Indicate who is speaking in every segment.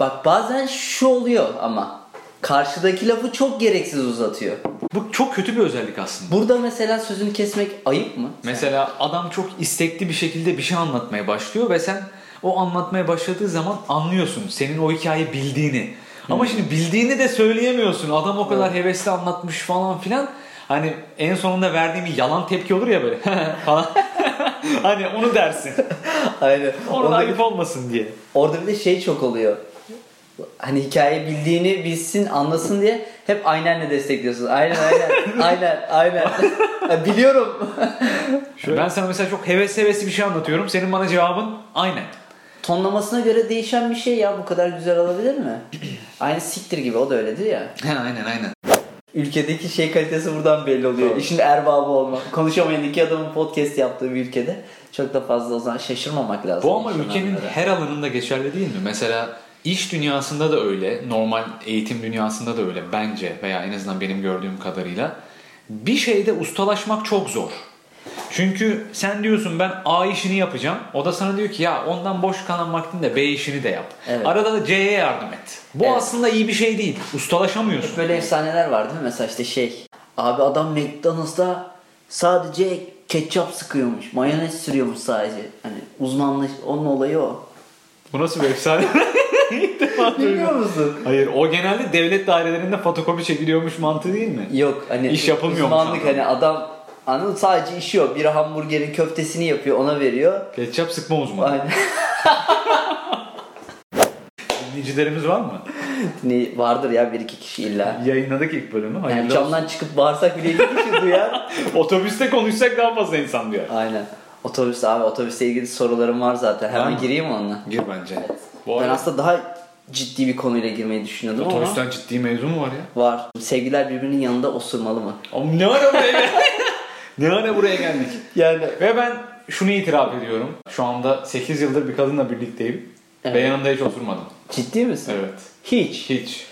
Speaker 1: Bak bazen şu oluyor ama karşıdaki lafı çok gereksiz uzatıyor.
Speaker 2: Bu çok kötü bir özellik aslında.
Speaker 1: Burada mesela sözünü kesmek ayıp mı?
Speaker 2: Mesela adam çok istekli bir şekilde bir şey anlatmaya başlıyor ve sen o anlatmaya başladığı zaman anlıyorsun senin o hikayeyi bildiğini. Ama şimdi bildiğini de söyleyemiyorsun. Adam o kadar hevesli anlatmış falan filan. Hani en sonunda verdiğim bir yalan tepki olur ya böyle falan. hani onu dersin.
Speaker 1: Aynen.
Speaker 2: Orada
Speaker 1: Orada,
Speaker 2: ayıp olmasın diye.
Speaker 1: orada bir de şey çok oluyor. Hani hikaye bildiğini bilsin, anlasın diye hep aynenle destekliyorsunuz. Aynen aynen. aynen aynen. Ya Biliyorum.
Speaker 2: Ben sana mesela çok heves hevesli bir şey anlatıyorum. Senin bana cevabın aynen.
Speaker 1: Tonlamasına göre değişen bir şey ya bu kadar güzel olabilir mi? Aynı siktir gibi o da öyledir ya.
Speaker 2: aynen aynen.
Speaker 1: Ülkedeki şey kalitesi buradan belli oluyor. İşin erbabı olmak. Konuşamayan iki adamın podcast yaptığı bir ülkede çok da fazla o zaman şaşırmamak lazım.
Speaker 2: Bu ama
Speaker 1: İnsanlar
Speaker 2: ülkenin
Speaker 1: böyle.
Speaker 2: her alanında geçerli değil mi? Mesela iş dünyasında da öyle, normal eğitim dünyasında da öyle bence veya en azından benim gördüğüm kadarıyla. Bir şeyde ustalaşmak çok zor. Çünkü sen diyorsun ben A işini yapacağım. O da sana diyor ki ya ondan boş kalan vaktinde B işini de yap.
Speaker 1: Evet.
Speaker 2: Arada da C'ye yardım et. Bu
Speaker 1: Evet.
Speaker 2: aslında iyi bir şey değil. Ustalaşamıyorsun.
Speaker 1: Böyle efsaneler var değil mi? Mesela işte şey. Abi adam McDonald's'ta sadece ketçap sıkıyormuş. Mayonez sürüyormuş sadece. Hani uzmanlaş onun olayı o.
Speaker 2: Bu nasıl bir efsane? İlk defa
Speaker 1: Biliyor
Speaker 2: duydum.
Speaker 1: musun?
Speaker 2: Hayır o genelde devlet dairelerinde fotokopi çekiliyormuş mantığı değil mi?
Speaker 1: Yok hani
Speaker 2: İş yapılmıyormuş
Speaker 1: uzmanlık
Speaker 2: anladın
Speaker 1: hani
Speaker 2: mı?
Speaker 1: adam anladın mı? sadece işi yok. Biri hamburgerin köftesini yapıyor ona veriyor.
Speaker 2: Ketçap sıkma uzmanı.
Speaker 1: Aynen.
Speaker 2: Dinleyicilerimiz var mı?
Speaker 1: Ne- Vardır ya bir iki kişi illa.
Speaker 2: Yayınladık ilk bölümü. Hayırlı
Speaker 1: Yani
Speaker 2: olsun.
Speaker 1: camdan çıkıp bağırsak bile iki kişi duyar.
Speaker 2: Otobüste konuşsak daha fazla insan diyor.
Speaker 1: Aynen. Otobüs abi otobüsle ilgili sorularım var zaten. Hemen
Speaker 2: Var mı?
Speaker 1: gireyim mi onunla?
Speaker 2: Gir bence. Bu
Speaker 1: Ben
Speaker 2: arada
Speaker 1: aslında daha ciddi bir konuyla girmeyi düşünüyordum ama
Speaker 2: otobüsten ciddi mevzu mu var ya?
Speaker 1: var. Sevgiler birbirinin yanında osurmalı mı?
Speaker 2: Oğlum ne ara buraya geldik? ne ara buraya geldik?
Speaker 1: Yani
Speaker 2: Ve ben şunu itiraf ediyorum. Şu anda 8 yıldır bir kadınla birlikteyim.
Speaker 1: Evet.
Speaker 2: Ve yanında hiç oturmadım.
Speaker 1: ciddi misin?
Speaker 2: Evet.
Speaker 1: Hiç.
Speaker 2: Hiç.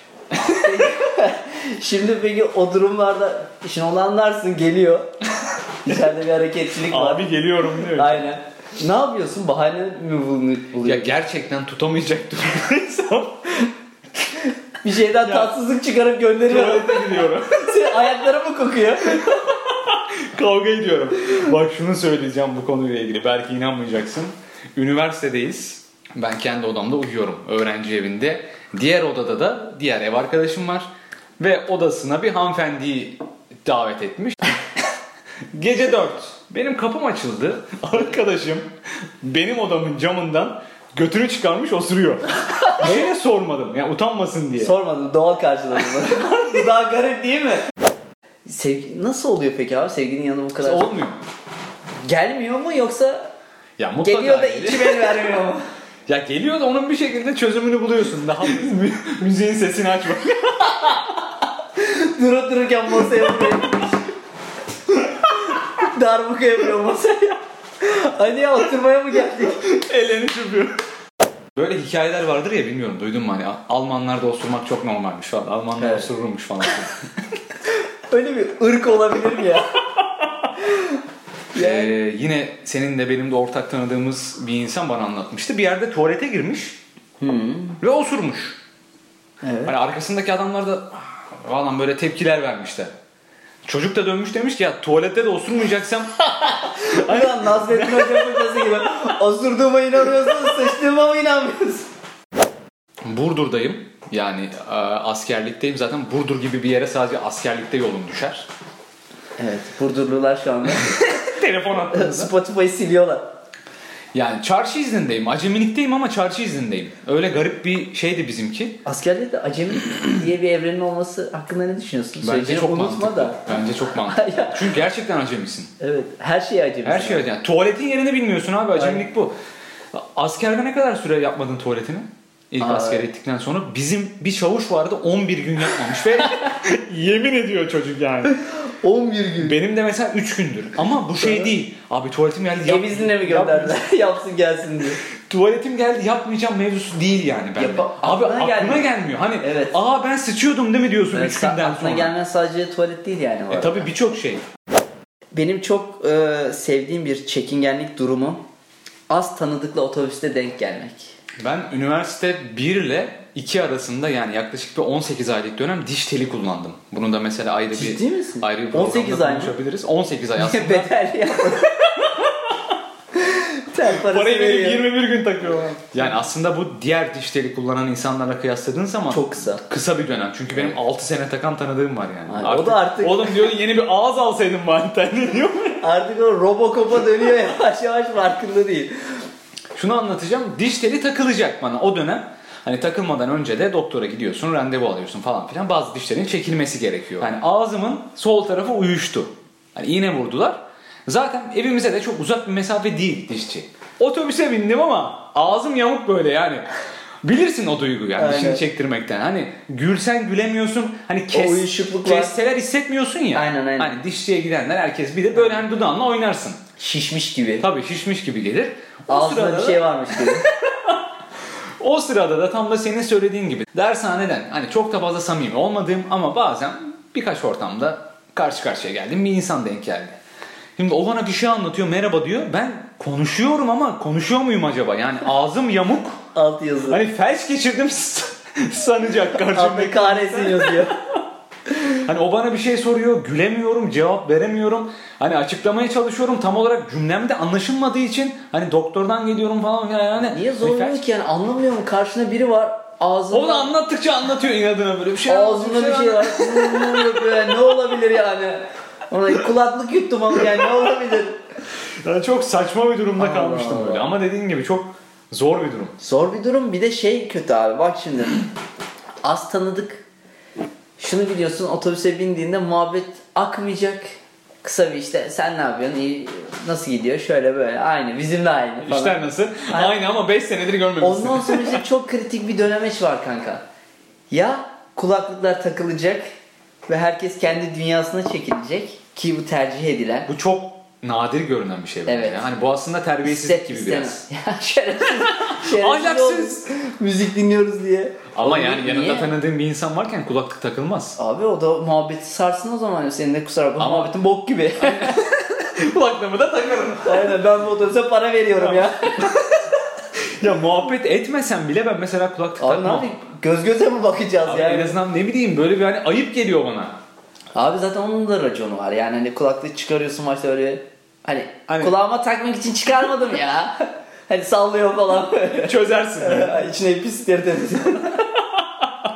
Speaker 1: Şimdi peki o durumlarda şimdi onu anlarsın geliyor. İçeride bir hareketlilik var.
Speaker 2: Abi geliyorum diyor.
Speaker 1: Aynen. Ne yapıyorsun? Bahane mi bulu-
Speaker 2: Ya
Speaker 1: buluyor?
Speaker 2: gerçekten tutamayacak durumdaysam
Speaker 1: bir şeyden tatsızlık çıkarıp gönderiyorum.
Speaker 2: tuvalete gidiyorum.
Speaker 1: Senin ayakları mı kokuyor?
Speaker 2: Kavga ediyorum. Bak şunu söyleyeceğim bu konuyla ilgili. Belki inanmayacaksın. Üniversitedeyiz. Ben kendi odamda uyuyorum. Öğrenci evinde. Diğer odada da diğer ev arkadaşım var. Ve odasına bir hanımefendiyi davet etmiş. Gece 4. Benim kapım açıldı. Arkadaşım benim odamın camından götünü çıkarmış osuruyor. Niye sormadım? Yani utanmasın diye.
Speaker 1: Sormadım. Doğal karşıladım. bu daha garip değil mi? Sevgi nasıl oluyor peki abi? Sevginin yanı bu kadar.
Speaker 2: Olmuyor.
Speaker 1: Gelmiyor mu yoksa
Speaker 2: Ya mutlaka
Speaker 1: geliyor da
Speaker 2: gelir.
Speaker 1: içi beni vermiyor mu?
Speaker 2: Ya geliyor da onun bir şekilde çözümünü buluyorsun. Daha mü- müziğin sesini açmak.
Speaker 1: Durup dururken masaya vuruyor. Darbuka yapıyor masaya. Hani ya oturmaya mı geldik?
Speaker 2: Ellerini çırpıyor. Böyle hikayeler vardır ya bilmiyorum duydun mu hani Almanlarda osurmak çok normalmiş falan. Almanlar
Speaker 1: Evet.
Speaker 2: osururmuş falan.
Speaker 1: Öyle bir ırk olabilir mi ya? Yani-
Speaker 2: Ee, yine senin de benim de ortak tanıdığımız bir insan bana anlatmıştı. Bir yerde tuvalete girmiş
Speaker 1: hmm.
Speaker 2: ve osurmuş.
Speaker 1: Evet.
Speaker 2: Hani arkasındaki adamlar da "Ah!" falan böyle tepkiler vermişler. Çocuk da dönmüş demiş ki ya tuvalette de osurmayacaksam
Speaker 1: Ulan Nasrettin Hoca hocası gibi. Osurduğuma inanıyorsun, sıçtığıma mı inanmıyorsun?
Speaker 2: Burdur'dayım. Yani e, askerlikteyim. Zaten Burdur gibi bir yere sadece askerlikte yolum düşer.
Speaker 1: Evet, Burdurlular şu anda.
Speaker 2: Telefon attığınızda.
Speaker 1: Spotify'ı siliyorlar.
Speaker 2: yani çarşı iznindeyim. Acemilikteyim ama çarşı iznindeyim. Öyle garip bir şeydi bizimki.
Speaker 1: Askerliğe de acemi diye bir evrenin olması hakkında ne düşünüyorsun?
Speaker 2: Bence
Speaker 1: Söyleyeceğini
Speaker 2: çok
Speaker 1: unutma
Speaker 2: mantıklı.
Speaker 1: da.
Speaker 2: Bence çok mantıklı. Çünkü gerçekten acemisin.
Speaker 1: Evet, her şey acemi.
Speaker 2: Her şey yani tuvaletin yerini bilmiyorsun abi. Acemilik bu. Askerde ne kadar süre yapmadın tuvaletini? İlk
Speaker 1: Aa,
Speaker 2: askere gittikten sonra bizim bir çavuş vardı 11 gün yapmamış ve yemin ediyor çocuk yani.
Speaker 1: 11 gün.
Speaker 2: Benim de mesela 3 gündür. Ama bu şey değil. Abi tuvaletim geldi.
Speaker 1: Ev iznine mi
Speaker 2: yap-
Speaker 1: gönderdiler? Yapsın gelsin diye.
Speaker 2: tuvaletim geldi yapmayacağım mevzusu değil yani bende.
Speaker 1: Yapa-
Speaker 2: Abi
Speaker 1: aklına
Speaker 2: aklına
Speaker 1: gelmiyor.
Speaker 2: gelmiyor. Hani
Speaker 1: Evet.
Speaker 2: aa ben sıçıyordum değil mi diyorsun 3
Speaker 1: Evet,
Speaker 2: günden
Speaker 1: aklına
Speaker 2: sonra.
Speaker 1: gelmez sadece tuvalet değil yani. bu
Speaker 2: E
Speaker 1: arada.
Speaker 2: tabi birçok şey.
Speaker 1: Benim çok e, sevdiğim bir çekingenlik durumu az tanıdıkla otobüste denk gelmek.
Speaker 2: Ben üniversite 1 ile 2 arasında yani yaklaşık bir 18 aylık dönem diş teli kullandım. Bunu da mesela ayrı bir
Speaker 1: Ciddi misin?
Speaker 2: ayrı bir programda
Speaker 1: 18 ay mı?
Speaker 2: konuşabiliriz. 18 ay aslında.
Speaker 1: Bedel ya. Ter parası
Speaker 2: Parayı verip
Speaker 1: veriyor.
Speaker 2: 21 gün takıyorlar. Yani aslında bu diğer diş teli kullanan insanlara kıyasladığın zaman
Speaker 1: Çok kısa.
Speaker 2: kısa bir dönem. Çünkü benim 6 sene takan tanıdığım var yani.
Speaker 1: Ay, o da artık-
Speaker 2: Oğlum diyor yeni bir ağız alsaydın bari terli diyor.
Speaker 1: Artık o Robocop'a dönüyor yavaş yavaş farkında değil.
Speaker 2: Şunu anlatacağım. Diş teli takılacak bana o dönem. Hani takılmadan önce de doktora gidiyorsun, randevu alıyorsun falan filan. Bazı dişlerin çekilmesi gerekiyor. Yani ağzımın sol tarafı uyuştu. Hani iğne vurdular. Zaten evimize de çok uzak bir mesafe değil dişçi. Otobüse bindim ama ağzım yamuk böyle yani. Bilirsin o duygu yani
Speaker 1: Aynen.
Speaker 2: dişini çektirmekten. Hani gülsen gülemiyorsun. Hani kes,
Speaker 1: O uyuşukluk var.
Speaker 2: kesseler hissetmiyorsun ya.
Speaker 1: Aynen, aynen.
Speaker 2: Hani dişçiye gidenler herkes bilir. Böyle hani dudağınla oynarsın. E,
Speaker 1: Şişmiş gibi.
Speaker 2: Tabii şişmiş gibi gelir. O
Speaker 1: Ağzında bir
Speaker 2: sırada-
Speaker 1: şey varmış gibi.
Speaker 2: o sırada da tam da senin söylediğin gibi dershaneden hani çok da fazla samimi olmadığım ama bazen birkaç ortamda karşı karşıya geldim bir insan denk geldi. Şimdi o bana bir şey anlatıyor merhaba diyor ben konuşuyorum ama konuşuyor muyum acaba yani ağzım yamuk
Speaker 1: Alt yazı.
Speaker 2: hani felç geçirdim sanacak
Speaker 1: Allah
Speaker 2: karşımdaki.
Speaker 1: kahretsin yazıyor.
Speaker 2: Hani o bana bir şey soruyor gülemiyorum cevap veremiyorum hani açıklamaya çalışıyorum tam olarak cümlemde anlaşılmadığı için hani doktordan geliyorum falan filan yani. Hani
Speaker 1: Niye zorluyor ki yani anlamıyor mu? Karşına biri var
Speaker 2: O da
Speaker 1: ağzında
Speaker 2: anlattıkça anlatıyor inadına böyle bir şey
Speaker 1: ağzında bir şey var. Böyle ne olabilir yani? Ona kulaklık yuttum ama yani ne olabilir?
Speaker 2: Yani çok saçma bir durumda
Speaker 1: Allah
Speaker 2: kalmıştım
Speaker 1: Allah.
Speaker 2: böyle. Ama dediğin gibi çok zor bir durum.
Speaker 1: Zor bir durum. Bir de şey kötü abi. Bak şimdi. Az tanıdık. Şunu biliyorsun otobüse bindiğinde muhabbet akmayacak. Kısa bir işte sen ne yapıyorsun? İyi, nasıl gidiyor? Şöyle böyle. Aynı. Bizim de aynı falan.
Speaker 2: İşler nasıl?
Speaker 1: Aynen.
Speaker 2: Aynı ama 5 senedir görmemişsin.
Speaker 1: Ondan sonra işte çok kritik bir dönemeç var kanka. Ya kulaklıklar takılacak ve herkes kendi dünyasına çekilecek ki bu tercih edilen.
Speaker 2: Bu çok nadir görünen bir şey. bence.
Speaker 1: Evet.
Speaker 2: Hani bu aslında terbiyesizlik
Speaker 1: İste-
Speaker 2: gibi
Speaker 1: isteme.
Speaker 2: biraz.
Speaker 1: Ya şerefsiz. şerefsiz
Speaker 2: Ahlaksız.
Speaker 1: oldum. Müzik dinliyoruz diye.
Speaker 2: Ama
Speaker 1: Oğlum
Speaker 2: yani
Speaker 1: niye?
Speaker 2: yanında tanıdığın bir insan varken kulaklık takılmaz.
Speaker 1: Abi o da muhabbeti sarsın o zaman. Senin de kusura bakma
Speaker 2: Ama-
Speaker 1: muhabbetin bok gibi.
Speaker 2: Kulaklığımı da takarım.
Speaker 1: Aynen ben bu otobüse para veriyorum ya.
Speaker 2: ya muhabbet etmesen bile ben mesela kulaklık
Speaker 1: Abi ne
Speaker 2: takmam.
Speaker 1: yapayım? Göz göze mi bakacağız
Speaker 2: Abi En
Speaker 1: yani?
Speaker 2: azından ne bileyim böyle bir hani ayıp geliyor bana.
Speaker 1: Abi zaten onun da raconu var. Yani hani kulaklığı çıkarıyorsun başta öyle hani
Speaker 2: Hani-
Speaker 1: kulağıma takmak için çıkarmadım ya. hani sallıyor falan.
Speaker 2: Çözersin. yani.
Speaker 1: İçine pis tertemiz.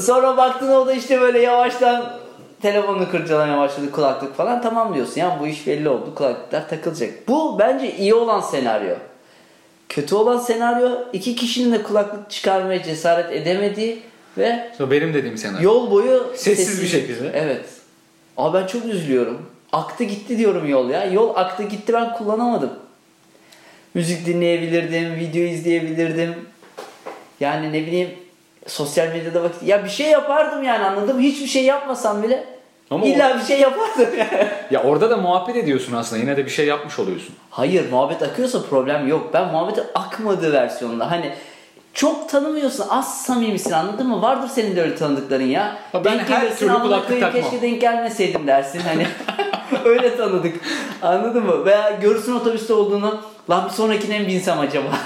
Speaker 1: Sonra baktın o da işte böyle yavaştan telefonunu kurcalamaya başladı kulaklık falan. Tamam diyorsun ya bu iş belli oldu kulaklıklar takılacak. Bu bence iyi olan senaryo. Kötü olan senaryo iki kişinin de kulaklık çıkarmaya cesaret edemediği ve
Speaker 2: İşte benim dediğim senaryo.
Speaker 1: Yol boyu
Speaker 2: Sessiz bir şekilde.
Speaker 1: Evet. Abi ben çok üzülüyorum. Aktı gitti diyorum yol ya. Yol aktı gitti ben kullanamadım. Müzik dinleyebilirdim, video izleyebilirdim. Yani ne bileyim sosyal medyada vakit ya bir şey yapardım yani anladım. Hiçbir şey yapmasam bile
Speaker 2: Ama
Speaker 1: illa bir şey yapardım yani.
Speaker 2: Ya orada da muhabbet ediyorsun aslında. Yine de bir şey yapmış oluyorsun.
Speaker 1: Hayır muhabbet akıyorsa problem yok. Ben muhabbetin akmadığı versiyonda hani çok tanımıyorsun az samimisin anladın mı? Vardır senin de öyle tanıdıkların ya.
Speaker 2: Ha, ben her
Speaker 1: gelirsin,
Speaker 2: türlü
Speaker 1: "Amına
Speaker 2: kulaklık
Speaker 1: koyayım,
Speaker 2: takmam."
Speaker 1: Keşke denk gelmeseydim dersin hani. öyle tanıdık anladın mı? Veya görürsün otobüste olduğunu lan bir sonrakine mi binsem acaba?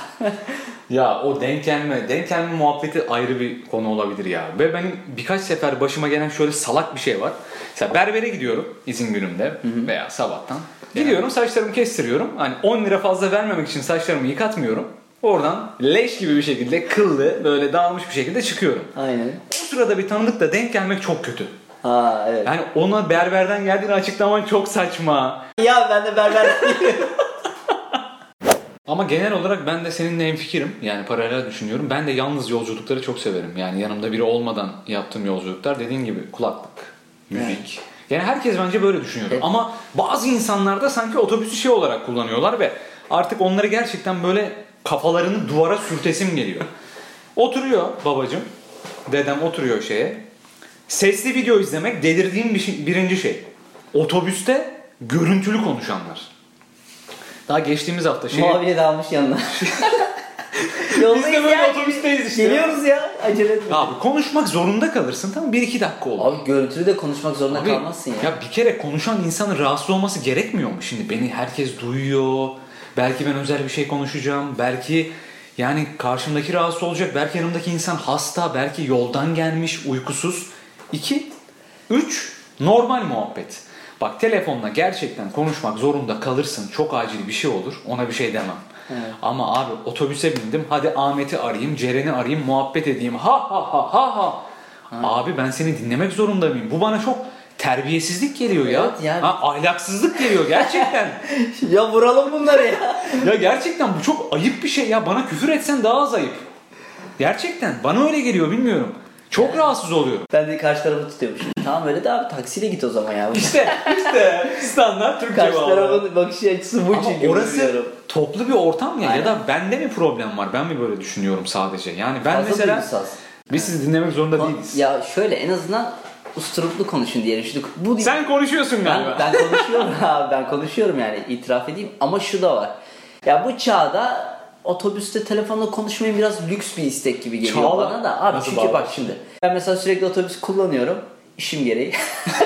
Speaker 2: Ya o denk gelme, denk gelme muhabbeti ayrı bir konu olabilir ya. Ve benim birkaç sefer başıma gelen şöyle salak bir şey var. Mesela berbere gidiyorum izin günümde veya sabahtan. Gidiyorum saçlarımı kestiriyorum. Hani 10 lira fazla vermemek için saçlarımı yıkatmıyorum. Oradan leş gibi bir şekilde kıllı böyle dağılmış bir şekilde çıkıyorum.
Speaker 1: Aynen.
Speaker 2: O sırada bir tanıdıkla denk gelmek çok kötü.
Speaker 1: Ha evet.
Speaker 2: Yani ona berberden geldiğini açıklaman çok saçma.
Speaker 1: Ya ben de berber
Speaker 2: Ama genel olarak ben de seninle hemfikirim. Yani paralel düşünüyorum. Ben de yalnız yolculukları çok severim. Yani yanımda biri olmadan yaptığım yolculuklar dediğin gibi kulaklık, müzik. Yani herkes bence böyle düşünüyor.
Speaker 1: Evet.
Speaker 2: Ama bazı insanlar da sanki otobüsü şey olarak kullanıyorlar ve artık onları gerçekten böyle kafalarını duvara sürtesim geliyor. Oturuyor babacım. Dedem oturuyor şeye. Sesli video izlemek delirdiğim bir şey- birinci şey. Otobüste görüntülü konuşanlar. Daha geçtiğimiz hafta şey
Speaker 1: muavini de almış yanına. Yoldayız
Speaker 2: Biz de böyle
Speaker 1: ya.
Speaker 2: otobüsteyiz işte.
Speaker 1: Geliyoruz ya. Acele etme.
Speaker 2: Abi konuşmak zorunda kalırsın tamam 1-2 dakika olur.
Speaker 1: Abi görüntülü de konuşmak zorunda
Speaker 2: Abi,
Speaker 1: kalmazsın ya.
Speaker 2: bir kere konuşan insanın rahatsız olması gerekmiyor mu? Şimdi beni herkes duyuyor. Belki ben özel bir şey konuşacağım. Belki yani karşımdaki rahatsız olacak. Belki yanımdaki insan hasta. Belki yoldan gelmiş, uykusuz. İki, üç, normal muhabbet. Bak telefonla gerçekten konuşmak zorunda kalırsın. Çok acil bir şey olur. Ona bir şey demem.
Speaker 1: Evet.
Speaker 2: Ama abi otobüse bindim. Hadi Ahmet'i arayayım, Ceren'i arayayım, muhabbet edeyim. Ha ha ha ha ha. Abi ben seni dinlemek zorunda mıyım? Bu bana çok terbiyesizlik geliyor ya.
Speaker 1: Evet, yani-
Speaker 2: Ha, ahlaksızlık geliyor gerçekten.
Speaker 1: ya vuralım bunları ya.
Speaker 2: ya gerçekten bu çok ayıp bir şey ya. Bana küfür etsen daha az ayıp. Gerçekten bana öyle geliyor bilmiyorum. Çok rahatsız oluyorum.
Speaker 1: ben de karşı tarafı tutuyormuşum. Tamam öyle de abi taksiyle git o zaman ya.
Speaker 2: İşte işte standart Türk
Speaker 1: karşı
Speaker 2: cevabı.
Speaker 1: tarafın bakış açısı bu
Speaker 2: Ama
Speaker 1: çünkü.
Speaker 2: orası
Speaker 1: biliyorum.
Speaker 2: toplu bir ortam ya
Speaker 1: Aynen.
Speaker 2: ya da bende mi problem var? Ben mi böyle düşünüyorum sadece? Yani ben
Speaker 1: Fazla
Speaker 2: mesela
Speaker 1: duygusal.
Speaker 2: biz sizi dinlemek zorunda değiliz.
Speaker 1: Ya şöyle en azından usturuplu konuşun diyelim. Şimdi bu
Speaker 2: Sen konuşuyorsun galiba.
Speaker 1: ben, ben konuşuyorum abi ben konuşuyorum yani itiraf edeyim ama şu da var. Ya bu çağda otobüste telefonla konuşmayı biraz lüks bir istek gibi geliyor
Speaker 2: Çağla.
Speaker 1: bana da. Abi
Speaker 2: Nasıl
Speaker 1: çünkü
Speaker 2: bağlı?
Speaker 1: bak şimdi ben mesela sürekli otobüs kullanıyorum işim gereği.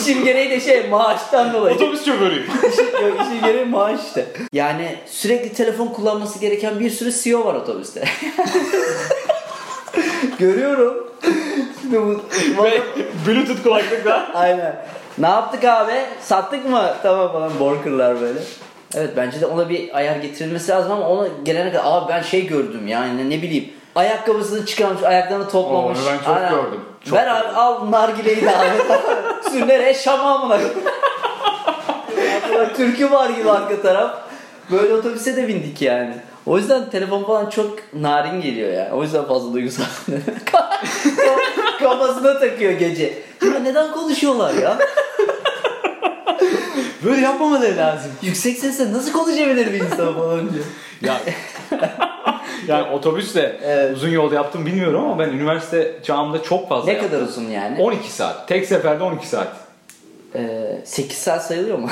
Speaker 1: işim gereği de şey maaştan dolayı.
Speaker 2: Otobüs şoförüyüm.
Speaker 1: İşin- Yok işin gereği maaş işte. Yani sürekli telefon kullanması gereken bir sürü CEO var otobüste. Görüyorum. Şimdi bu,
Speaker 2: Ve Bluetooth kulaklıkla.
Speaker 1: Aynen. Ne yaptık abi? Sattık mı? Tamam falan borkerlar böyle. Evet bence de ona bir ayar getirilmesi lazım ama ona gelene kadar abi ben şey gördüm yani ne bileyim ayakkabısını çıkarmış ayaklarını toplamış.
Speaker 2: Oo, onu ben çok gördüm. Çok
Speaker 1: Ver abi,
Speaker 2: gördüm.
Speaker 1: al nargileyi de abi. Sür nereye? Şam'a amına. Ulan Türkü var gibi arka taraf. Böyle otobüse de bindik yani. O yüzden telefon falan çok narin geliyor yani. O yüzden fazla duygusal. Kafasına takıyor gece. Ya neden konuşuyorlar ya?
Speaker 2: Böyle yapmamaları lazım.
Speaker 1: Yüksek sesle nasıl konuşabilir bir insan falan diyor.
Speaker 2: Ya yani otobüsle
Speaker 1: Evet.
Speaker 2: uzun yolda yaptım bilmiyorum ama ben üniversite çağımda çok fazla
Speaker 1: Ne
Speaker 2: yaptım.
Speaker 1: kadar uzun yani?
Speaker 2: 12 saat. Tek seferde 12 saat.
Speaker 1: Ee, 8 saat sayılıyor mu?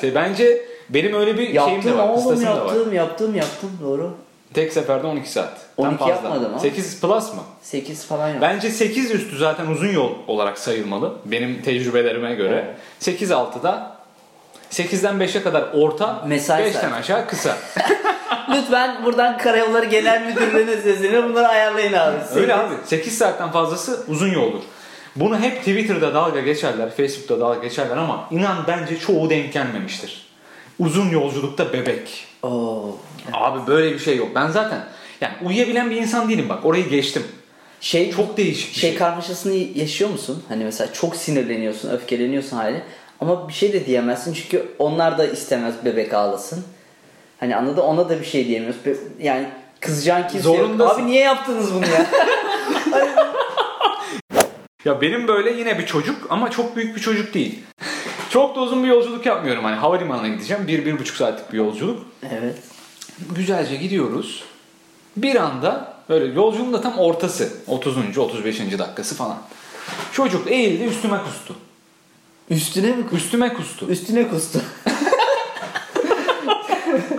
Speaker 2: Şey, bence benim öyle bir şeyim de
Speaker 1: yaptım
Speaker 2: var.
Speaker 1: oğlum
Speaker 2: Kıstasım da var.
Speaker 1: yaptım yaptım yaptım doğru.
Speaker 2: Tek seferde 12 saat.
Speaker 1: 12 yapmadım ama.
Speaker 2: 8 plus mı?
Speaker 1: 8 falan yok.
Speaker 2: Bence 8 üstü zaten uzun yol olarak sayılmalı. Benim tecrübelerime göre. 8-6'da 8'den 5'e kadar orta,
Speaker 1: Mesai
Speaker 2: 5'ten
Speaker 1: saati.
Speaker 2: aşağı kısa.
Speaker 1: Lütfen buradan Karayolları Genel Müdürlüğü'ne sesleniyorum. Bunları ayarlayın abi.
Speaker 2: Öyle abi. 8 saatten fazlası uzun yoldur. Bunu hep Twitter'da dalga geçerler, Facebook'ta dalga geçerler ama inan bence çoğu denk gelmemiştir. Uzun yolculukta bebek.
Speaker 1: Oo.
Speaker 2: Abi böyle bir şey yok. Ben zaten yani uyuyabilen bir insan değilim bak. Orayı geçtim.
Speaker 1: Şey
Speaker 2: Çok değişik bir
Speaker 1: şey
Speaker 2: şey.
Speaker 1: karmaşasını yaşıyor musun? Hani mesela çok sinirleniyorsun, öfkeleniyorsun hali. Ama bir şey de diyemezsin çünkü onlar da istemez bebek ağlasın. Hani anladın ona da bir şey diyemiyoruz. Be- Yani kızacağın kimse yok.
Speaker 2: Zorundasın.
Speaker 1: Abi niye yaptınız bunu ya?
Speaker 2: Ya benim böyle yine bir çocuk ama çok büyük bir çocuk değil. Çok da uzun bir yolculuk yapmıyorum. Hani havalimanına gideceğim. Bir, bir buçuk saatlik bir yolculuk.
Speaker 1: evet.
Speaker 2: Güzelce gidiyoruz. Bir anda böyle yolculuğun da tam ortası. 30. 35. dakikası falan. Çocuk eğildi üstüme kustu.
Speaker 1: Üstüne mi kustu?
Speaker 2: Üstüme kustu.
Speaker 1: Üstüne kustu.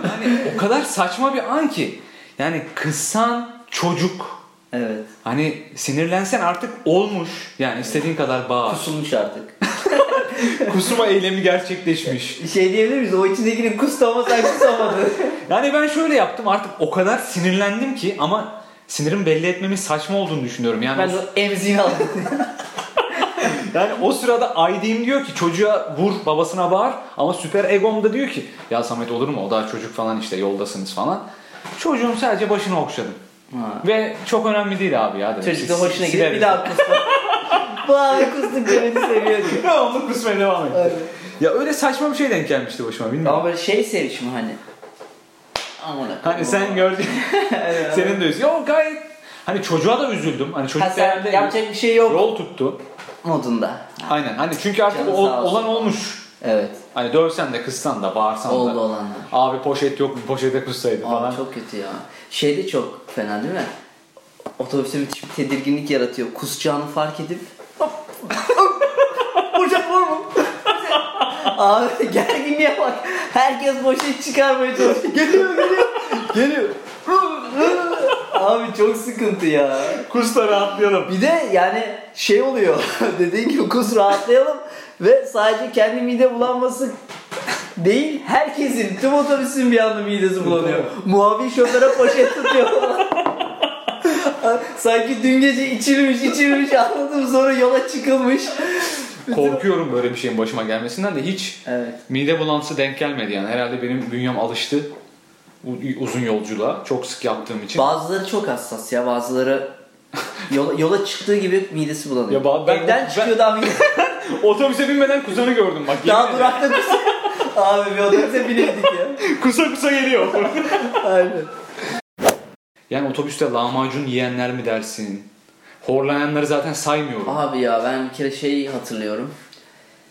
Speaker 2: Yani o kadar saçma bir an ki. Yani kızsan çocuk.
Speaker 1: evet.
Speaker 2: Hani sinirlensen artık olmuş. Yani istediğin kadar bağır.
Speaker 1: Kusulmuş artık.
Speaker 2: Kusma eylemi gerçekleşmiş.
Speaker 1: Şey diyebilir miyiz? O içindekini kustu ama sen kusamadı.
Speaker 2: Yani ben şöyle yaptım artık o kadar sinirlendim ki ama sinirim belli etmemin saçma olduğunu düşünüyorum. Yani,
Speaker 1: ben de
Speaker 2: o,
Speaker 1: o emziğini aldım.
Speaker 2: yani o sırada ID'm diyor ki çocuğa vur babasına bağır ama süper egom da diyor ki ya Samet olur mu o daha çocuk falan işte yoldasınız falan. Çocuğun sadece başını okşadım.
Speaker 1: Ha.
Speaker 2: Ve çok önemli değil abi ya dedim.
Speaker 1: Çocuk da
Speaker 2: Siz-
Speaker 1: hoşuna gidip
Speaker 2: sileriz.
Speaker 1: bir daha kustu. Bu abi kustu beni seviyor diyor.
Speaker 2: Devamlı kusmaya devam etti. Ya öyle saçma bir şey denk gelmişti başıma bilmiyorum.
Speaker 1: Ama böyle şey sevişim hani. Amına.
Speaker 2: Hani sen gördün. senin de üzüldün. Yok gayet. Hani çocuğa da üzüldüm. Hani çocuk
Speaker 1: Ha,
Speaker 2: da
Speaker 1: sen
Speaker 2: herhalde
Speaker 1: yapacak bir şey yok
Speaker 2: rol tuttu.
Speaker 1: modunda.
Speaker 2: Aynen hani çünkü artık
Speaker 1: Canı
Speaker 2: ol-
Speaker 1: sağ olsun.
Speaker 2: olan olmuş.
Speaker 1: Evet.
Speaker 2: Hani dövsen de kızsan da bağırsan
Speaker 1: Oldu
Speaker 2: da.
Speaker 1: olanlar.
Speaker 2: Abi poşet yok mu poşete kızsaydı falan.
Speaker 1: Abi çok kötü ya. Şey de çok fena değil mi? Otobüste müthiş bir tedirginlik yaratıyor. Kusacağını fark edip Hocam var mı? Abi gerginliğe bak. Herkes boş iş çıkarmaya çalışıyor. Geliyor geliyor. geliyor. Abi çok sıkıntı ya.
Speaker 2: Kusta rahatlayalım.
Speaker 1: Bir de yani şey oluyor. Dediğin gibi kus rahatlayalım ve sadece kendi mide bulanması değil herkesin tüm otobüsün bir anda midesi bulanıyor. Muavin şoföre poşet tutuyor. Sanki dün gece içilmiş içilmiş anladım sonra yola çıkılmış.
Speaker 2: Korkuyorum böyle bir şeyin başıma gelmesinden de hiç
Speaker 1: Evet.
Speaker 2: mide bulantısı denk gelmedi yani. Herhalde benim bünyem alıştı u- uzun yolculuğa. Çok sık yaptığım için.
Speaker 1: Bazıları çok hassas ya bazıları yola, yola çıktığı gibi midesi bulanıyor.
Speaker 2: Ya ba- ben-
Speaker 1: Evden
Speaker 2: ben-
Speaker 1: çıkıyor daha midesi
Speaker 2: Otobüse binmeden kuzeni gördüm bak.
Speaker 1: daha
Speaker 2: yemin ederim.
Speaker 1: durakta kusuyor. Abi bir otobüse binirdik ya.
Speaker 2: Kusa kusa geliyor.
Speaker 1: Aynen.
Speaker 2: yani otobüste lahmacun yiyenler mi dersin? Horlayanları zaten saymıyorum.
Speaker 1: Abi ya ben bir kere şeyi hatırlıyorum.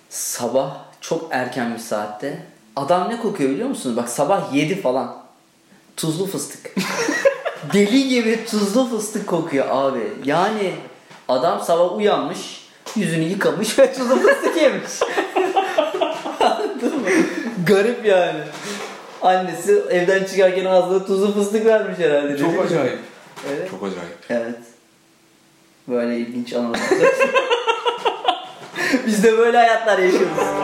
Speaker 1: Sabah çok erken bir saatte. Adam ne kokuyor biliyor musunuz? Bak sabah 7 falan. Tuzlu fıstık. Deli gibi tuzlu fıstık kokuyor abi. Yani adam sabah uyanmış, yüzünü yıkamış ve tuzlu fıstık yemiş. Anladın mı? Garip yani. Annesi evden çıkarken ağzına tuzlu fıstık vermiş herhalde. Değil mi? Evet.
Speaker 2: Çok acayip.
Speaker 1: Evet. Böyle ilginç anılar. Biz de böyle hayatlar yaşıyoruz.